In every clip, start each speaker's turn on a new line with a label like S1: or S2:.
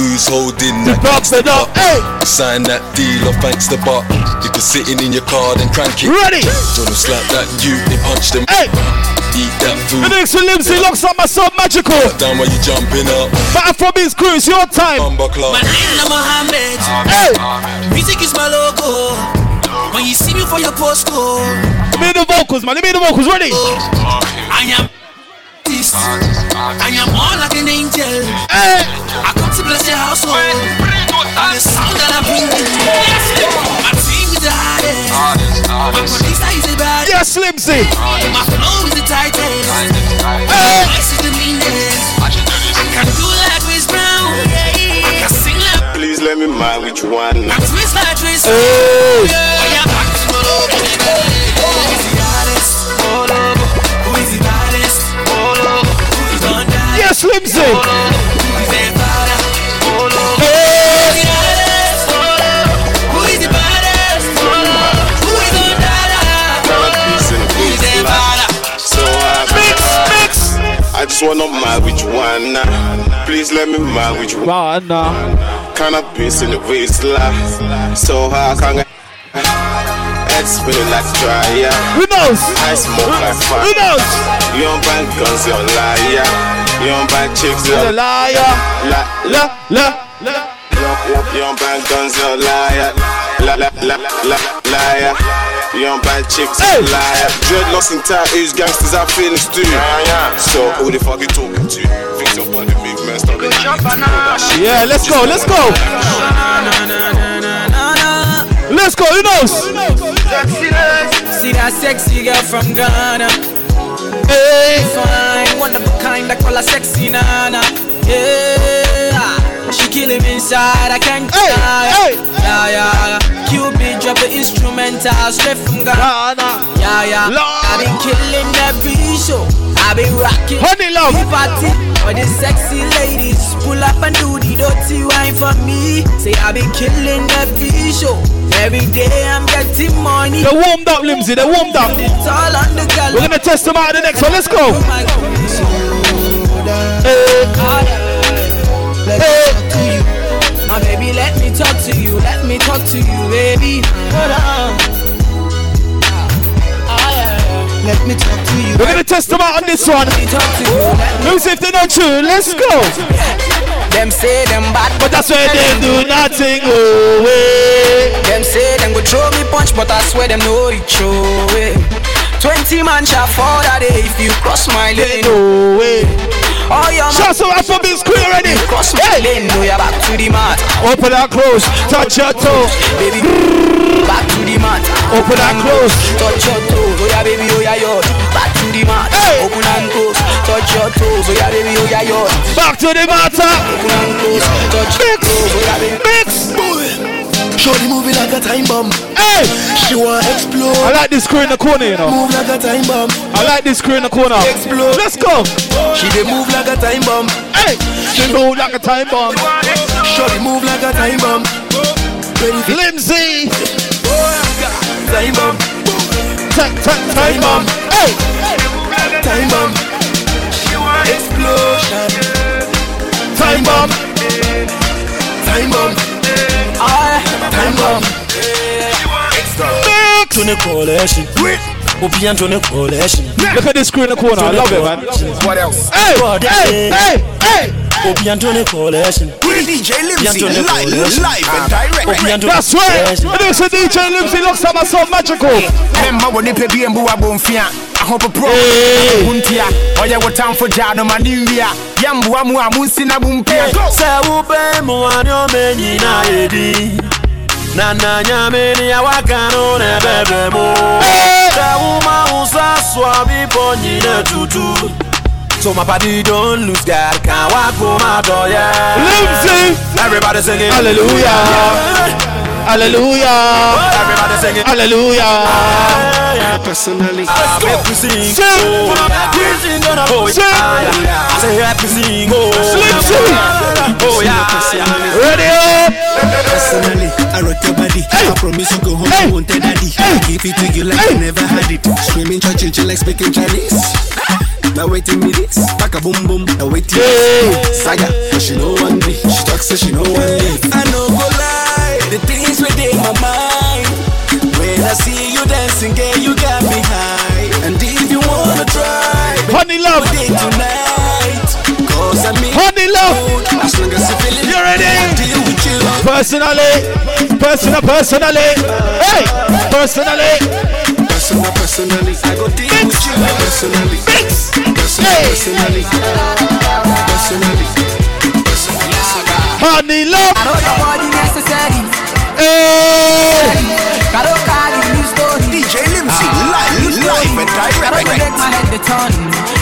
S1: Who's holding
S2: The
S1: that?
S2: Bronx, they know, hey!
S1: Sign that deal or thanks the bar. If you're sitting in your car, then crank it.
S2: Ready.
S1: Don't slap that you and punch them.
S2: Hey!
S1: Eat that
S2: The
S1: food.
S2: next to Limsy locks up my son magical.
S1: Down while you jumping up.
S2: Batter from his crew, it's your time.
S3: My
S1: Bumba club.
S3: name is Mohammed.
S2: Hey!
S3: Music is my logo. When you see me for your postcode,
S2: Let me hear the vocals, man. Let me hear the vocals. Ready?
S3: I am this. I am all like an angel.
S2: Hey!
S3: I come to bless your household. And the sound that I bring in. My team is the hardest. My producer is the best.
S2: Yes, Limsy.
S3: My flow is the tightest. My
S2: Hey!
S3: voice is the meanest. I can do like Chris Brown. I can sing like.
S4: Please let me mind which one.
S3: I twist like Chris
S2: Hey! Yes, Limsy. Hey!
S4: Peace and peace, love. So happy.
S2: Mix, mix.
S4: I just wanna mind which one. Please let me mind which one.
S2: Man, nah.
S4: Kind of peace in the waistline. So how can I? Heads spinning like dryer.
S2: Who knows?
S4: I smoke like
S2: Who
S4: fire.
S2: knows?
S4: You don't buy guns, you're a liar. You don't buy chicks, you're
S2: The
S4: a liar.
S2: liar. La, la, la.
S4: You don't buy guns, you're a liar. La, la, la, la, liar. You don't buy chicks,
S2: Hey.
S4: you're a liar. Dreadlocks in tie, age gangsters, I feel it's too. So who the fuck you talking to? Fix your body, big man, stop it.
S2: Yeah, let's go, let's go. Let's go, who knows?
S5: See that sexy girl from Ghana.
S2: Hey,
S5: Fine, one of a kind, I call her sexy Nana. Yeah, she kill him inside, I can't
S2: Hey,
S5: deny.
S2: hey.
S5: Yeah, yeah, yeah. Cupid drop the instrumental straight from Ghana.
S2: Ghana.
S5: Yeah, yeah.
S2: Lord.
S5: I've been killing every show. I've been rocking.
S2: Honey love.
S5: the Party for the sexy ladies. Pull up and do the dirty wine for me. Say I've been killing every show. Every day I'm getting money.
S2: They warmed up, Limsy, they warmed up.
S5: It's all on the gal-
S2: We're gonna test them out in the next one, let's go.
S5: My
S2: Hey, hey.
S5: Now, baby, let me talk to you. Let me talk to you, baby. Hold on. Ah, yeah.
S2: We're gonna test them out on this one.
S5: Let me talk to you. Let me.
S2: Lucy, if they don't tune, let's go.
S5: Them say them bad, but
S2: But that's where they do nothing away.
S5: them say them go throw me punch, but I swear them no reach away. Twenty man shall fall that day if you cross my
S2: They
S5: lane.
S2: no way.
S5: All your man
S2: Shots of Afrobeats Queen already.
S5: cross my
S2: Hey,
S5: lane, no you're back to the mat,
S2: open and close, touch your toe.
S5: baby. Back to the mat.
S2: Open and close.
S5: Touch your toes, oh yeah baby, oh yeah yo. Back to the mat.
S2: Hey.
S5: Open and close. Touch your toes, oh yeah baby, oh yeah yo.
S2: Back to the matter.
S5: Open and close. Touch your
S2: Mix.
S5: toes, oh yeah baby.
S2: Mix.
S6: Shorty moving like a time bomb.
S2: Hey.
S6: She wanna
S2: I
S6: explode.
S2: like this crew in the corner, you know.
S6: Move like a time bomb.
S2: I like this crew in the corner.
S6: Explode.
S2: Let's go.
S6: She dey move like a time bomb.
S2: Hey. She move like a time bomb.
S6: Shorty move like a time bomb. Ready for
S2: Limsy.
S6: time bomb.
S2: Tack, tack, time bomb. Hey.
S6: Time bomb. Explosion.
S2: Time bomb.
S6: Time bomb. Time bomb.
S2: Mix.
S7: Tony Collection. Opian Tony Collection.
S2: Look at this crew in the corner. I love it, man.
S7: What else?
S2: Hey.
S7: God,
S2: Hey.
S7: yeah.
S2: Hey. Hey.
S7: Opian Tony Collection.
S6: DJ Limsy live, live and
S7: Opian Tony
S2: That's right. And it's a DJ Limsy. Looks like my son Magical.
S8: mɛmma wɔ nipa bi mbu wabɔmfia ahopoprɔ wontia
S7: Oh,
S8: ɔyɛ wo tamfo gyaa no ma ne nwia
S7: ah,
S8: yɛmboa mu a monsi na bompia
S7: Sɛ wobɛn mu ane ɔma nyinaa yɛdi na na nyame ne awaka no na ɛbɛbrɛ mu sɛ woma wo sa soa bibɔ nyina tutu so my body don't lose God can walk on my door yeah
S2: Limsy.
S7: everybody singing
S2: Hallelujah. Hallelujah.
S7: everybody singing
S2: Hallelujah.
S7: Happy single.
S2: Sing.
S7: Happy single. Oh,
S2: Sing.
S7: yeah. I say happy single.
S2: Slim Slim.
S7: Oh yeah.
S2: Ready up.
S6: Personally, I rock your body. I promise you go home,
S2: Hey.
S6: you won't tell daddy.
S2: Hey.
S6: I give it to you like
S2: Hey.
S6: you never had it. Screaming, church, like speaking Chinese. Now waiting me this, back a boom boom. Now waiting hey. this, saga. But she know one me, she talk say she know one me. I know go lie, the things within my mind. When I see you dancing, girl, you got me high. And if you wanna try,
S2: Honey love.
S6: do it tonight. 'Cause I'm in
S2: Honey love.
S6: mood. As long as you feel it,
S2: You ready?
S6: I'll deal with you.
S2: Personally, personal, personally, hey, personally,
S6: Personal, personally, I go deal with you. Personally,
S2: mix.
S6: personal,
S2: Hey.
S6: personally, personally, personally.
S2: honey love,
S5: know your body necessary.
S2: hey,
S5: Karo carry new story.
S8: DJ Limsy, live,
S9: Ah.
S8: live and
S5: Karo they make my head the turn.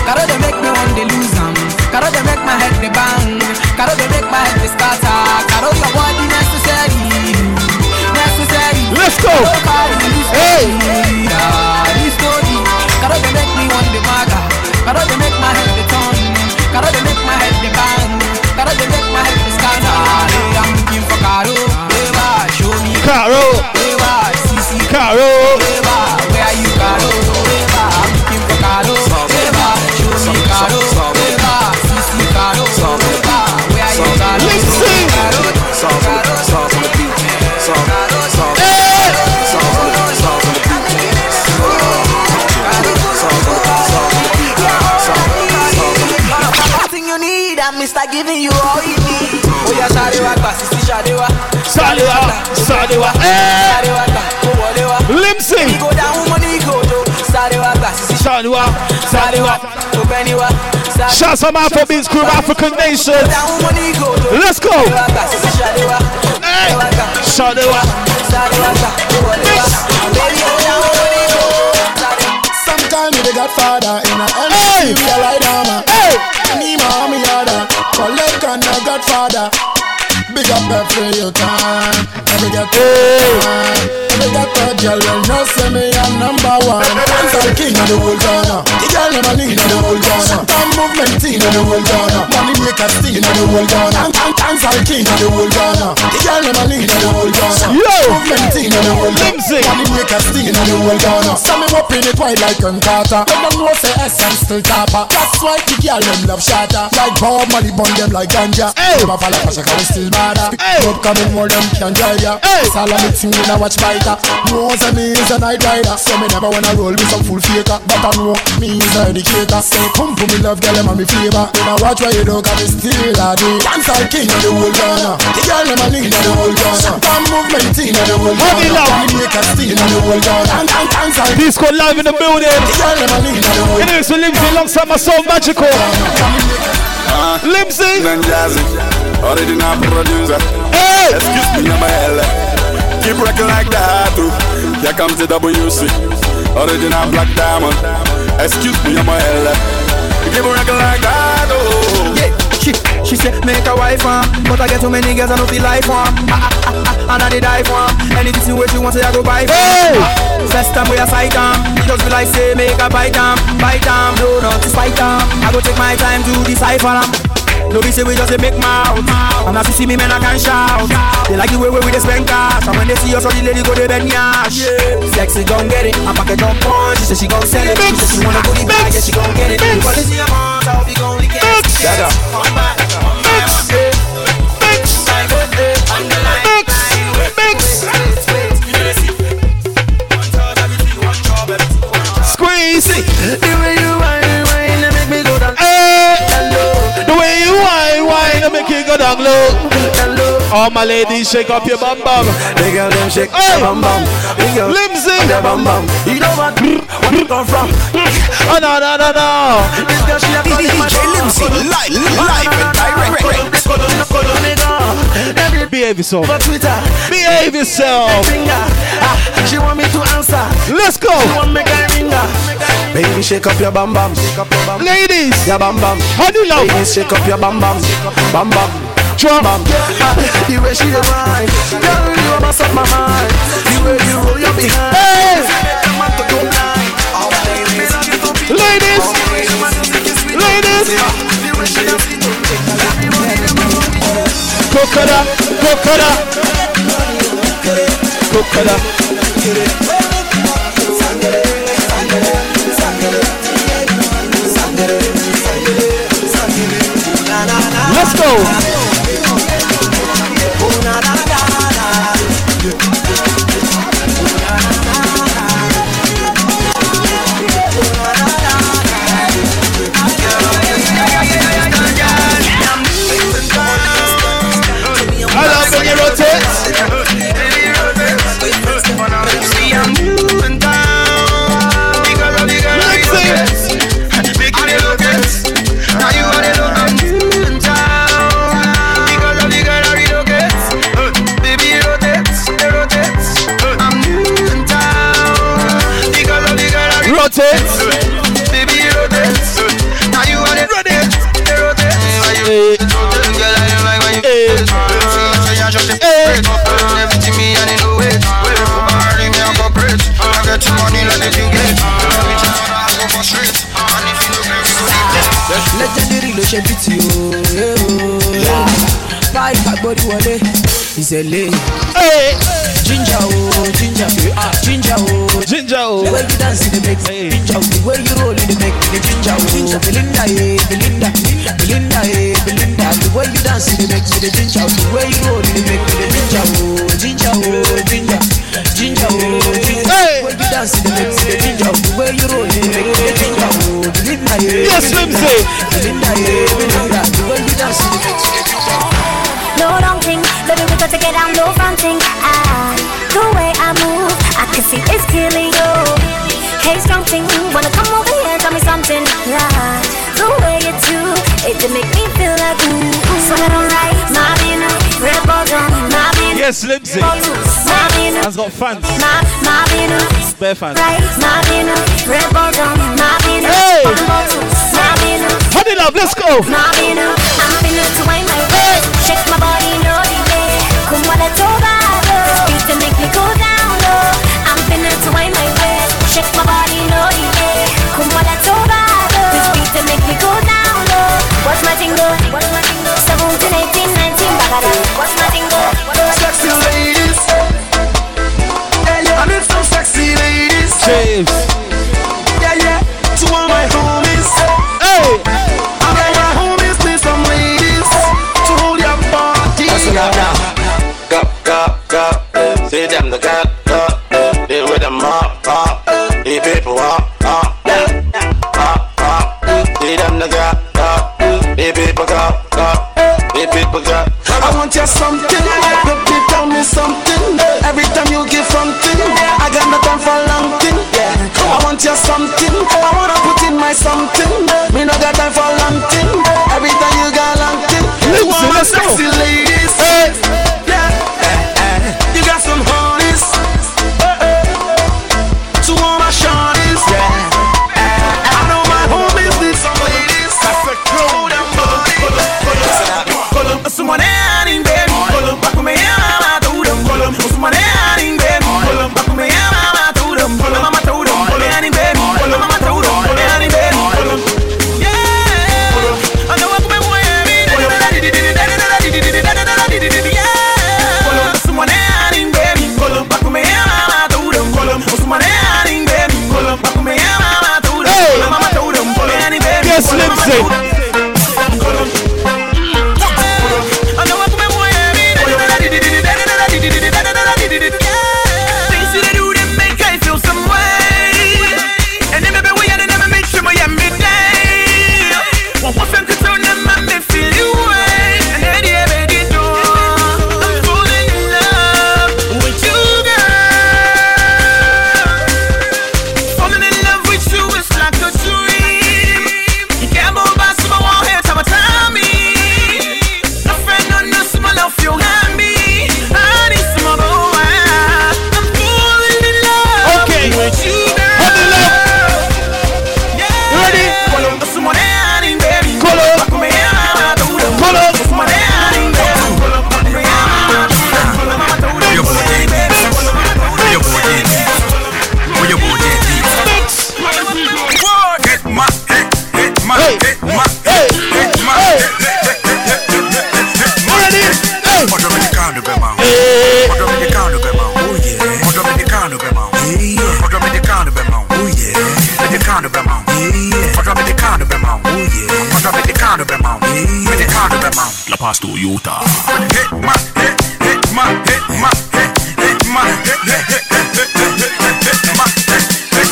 S5: Karo they make me want to lose 'em. Karo they make my head the bang. Karo they make my head the scatter. Karo your body necessary. Necessary.
S2: Let's go.
S5: Karo carry new story.
S2: Hey.
S5: Ah, new story. Karo they make me want the maga. Karo they make my head the turn. Karo they make my head the bang. Karo they make my head the scatter. Hey, I'm looking for Karo. Hey, ma, show me.
S2: Caro,
S5: Hey, ma, see, see.
S2: Caro,
S5: Eva, where are you, Caro? Eva, I'm looking for Caro. Eva, show me Caro. Eva, sissy Caro. Eva, where are you, Caro?
S2: Listen.
S5: Caro, Caro, Everything you need, I'm Mr. Giving you all you need. Oh yeah, Shadewa, Sissy Shadewa,
S2: Saliwa, Saliwa, hey,
S5: Shadewa, Kowalewa.
S2: Limsy,
S5: Go down, money go down. Shadewa, Sissy
S2: Saliwa, Saliwa. Shout some Afrobeats crew, African Nation. Let's go. Hey, Saliwa,
S6: Sometimes you the godfather in a
S2: Hey!
S6: energy real light armor.
S2: hey,
S6: Any mommy order, collect and a godfather. Big up every your time, every get
S2: Hey.
S6: time, every get a girl will not say me a number one. I'm the king of the whole Ghana. The girl never need of the whole Ghana. Some movement team of the whole Ghana. Money maker team of the whole Ghana. I'm, I'm, I'm the king of the whole Ghana. The girl never need of the whole Ghana.
S2: Yo.
S6: Movement team of the whole Ghana.
S2: Lindsay.
S6: Money maker team of the whole Ghana. Some me up in it wide like Gun Carter. Them don't know say essence still topper. That's why the girl them love shatter. Like Bob Marley bun them like ganja.
S2: Hey.
S6: Never fall off a shaka, we still bother.
S2: Hey.
S6: Up coming more them can drive ya.
S2: Hey.
S6: Salami team in a watch fighter. Knows that me is a night rider. So me never wanna roll with some full faker. But I know me is a indicator. Say come for me love girl them and me flavor. Then I watch where you don't got me still a day. Dance all king of the whole Ghana. The girl them a lean of the whole Ghana. Some movement team of the whole
S2: Have it
S6: Ghana.
S2: loud.
S6: We make a steal of the whole Ghana. And and dance all king.
S2: Disco live in the building.
S6: The girl them a lean of the whole
S2: It is with Limsy alongside my soul magical. Limsy,
S10: and jazzy, original producer.
S2: hey,
S10: Excuse me, I'm a hell. Keep rocking like that, too. Here comes the WC, original black diamond. Excuse me, I'm a hell. Keep rocking like that, oh.
S9: Yeah, she, she said make a wife one, but I get too many girls I don't feel life one. Ah, ah, ah, ah, and I did die for 'em. Any situation you want, say I go buy for 'em.
S2: Hey!
S9: Ah, First time we a sight 'em, it just be like say make a bite 'em, bite 'em, no not to spite 'em. I go take my time to decipher 'em. No be say we just a make mouth, and as you see me man I can shout. They like the way we with the spend cash, and when they see us all the lady go they bend yash. Sexy gon' get it, I pack it on punch. She say she gon' sell it, she say she wanna go the bag, yeah she gon' get it. Quality amount, I'll be gon' lick it.
S10: Dada.
S2: squeeze.
S9: The way you whine, whine, they make me go down,
S2: Hey,
S9: down low,
S2: the way you whine, whine, I make you go down low.
S9: down low.
S2: All my ladies, shake up your bum bum.
S9: The girl them shake
S2: Hey!
S9: their bum bum. The girl
S2: Limsy.
S9: their bum bum. You know what? Where you come from?
S2: Oh no no no no.
S9: This girl she a calling my
S8: DJ
S9: phone.
S8: Limsy, live, live and direct.
S9: Follow me, follow me down. Every
S2: Behave yourself.
S9: for Twitter,
S2: Behave yourself.
S9: finger. Ah, she want me to answer.
S2: Let's
S9: She
S2: go,
S9: want make I ring her. Baby, shake up your bum bum. Shake up your bum.
S2: ladies.
S9: Your bum bum.
S2: Honey love,
S9: Baby, shake up your bum bum. Bum bum.
S2: drum.
S9: bam. The way she dey whine, girl, you a mess up my mind. The way you roll your behind,
S2: Hey,
S9: I'm out to go blind. Oh, baby, you don't be
S2: ladies, ladies.
S9: the way she dey sit on me.
S2: Cocoda, cocoda, cocoda. so. I love when you rotate. Rotate. Hey. Hey. Hey.
S5: legendary ló ṣe bí ti o láì gbàgbọ́dí wọlé ìṣẹ̀lẹ̀ ginger o ginger ah ginger o
S2: ginger o
S5: the way you dance e dey make me ginger o the way you roll e dey make me ginger o ginger belinda eh belinda belinda eh belinda the way you dance e dey make me the ginger o the way you roll e dey make me the ginger o ginger o ginger ginger o ginger the way you dance e dey make me the ginger o the way you roll e dey make me the ginger o belinda eh
S2: Yes, Whimsy.
S5: belinda eh belinda the way you dance e dey make me the ginger o.
S11: No wrong thing, baby, we got to get down, no fronting. Ah, the way I move, I can see it's killing you. Hey, strong thing, wanna come over here and tell me something? Nah, the way you do, it just make me feel like ooh. ooh. So I don't like my being a rebel, don't my being
S2: Yes, Limsy.
S11: rebel too. My being a-
S2: Has got fans.
S11: my my being a-
S2: Spare fans.
S11: right, my being a rebel, don't my being a-
S2: Hey.
S11: rebel too. My being a-
S2: Hold it up, let's go.
S11: Marvin, I'm finna to wind my waist Shake my body, no delay Come on, let's over, low Beat to make me go down low I'm finna to wind my waist Shake my body, no delay Come on, let's over, low This beat to make me go down low What's my tingle? What's my tingle? 17, 18, 19, bagada What's my tingle?
S9: Sexy ladies. Yeah, yeah. I need some sexy ladies.
S2: James.
S9: Yeah, yeah. To all my homies.
S2: Hey.
S9: All of my homies need some ladies to hold your body.
S4: Listen up now. Go, go, go. eh. See them the go, go. eh. They with them up, up. eh. The people up, up. eh. Up, up. eh. See them the go, go. eh. The people go, go. eh. The people go.
S9: I want your something, baby, tell me something. Every time you give something, I got no time for long thing. Yeah. I want your something, I wanna put in my something. Me no got time for long thing. Every time you got long thing, you want my sexy ladies. Yeah, eh, eh. you got some honeys. Eh, eh. To all my shawties, yeah. eh. I know my homies need some ladies. That's a cool body. Pull up, pull up, pull up. Someone ain't in bed. Pull up, back
S12: Cause Toyota.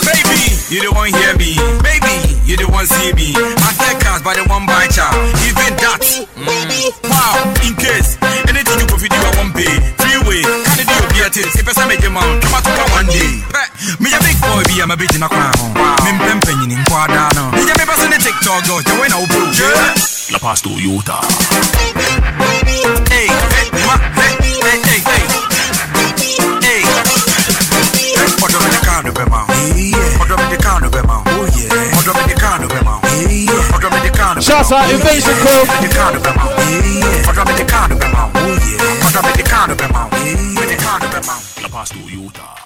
S13: Baby, you the one hear me. Baby, you the one see me. I take cars by the one by child. Even that. Mm. Wow, in case anything you could do, I won't pay. Freeway, can you do your beatings? If I say make a man, come out to one one day. Peh, Me a big boy, be I'm a bit in a crown. Me mpem penyin in quadano. Me a me person in TikTok, go, the way now, bro. Yeah.
S12: La Paz Toyota.
S13: Hey, hey, ma, hey, hey, hey, hey. Hey. Hey, put up in the car, no be man. Yeah. Put up in the car, no be man. Oh, yeah. Put up in the car, no be man. Yeah. Put up in the car, no be man.
S2: Shouts out Invasion Crew.
S13: Put up in the car, no be man. Yeah. Put up in the car, no be man. Oh, yeah. Put up in the car, no be man. Yeah. Put up in the car, no be man.
S12: La Paz Toyota.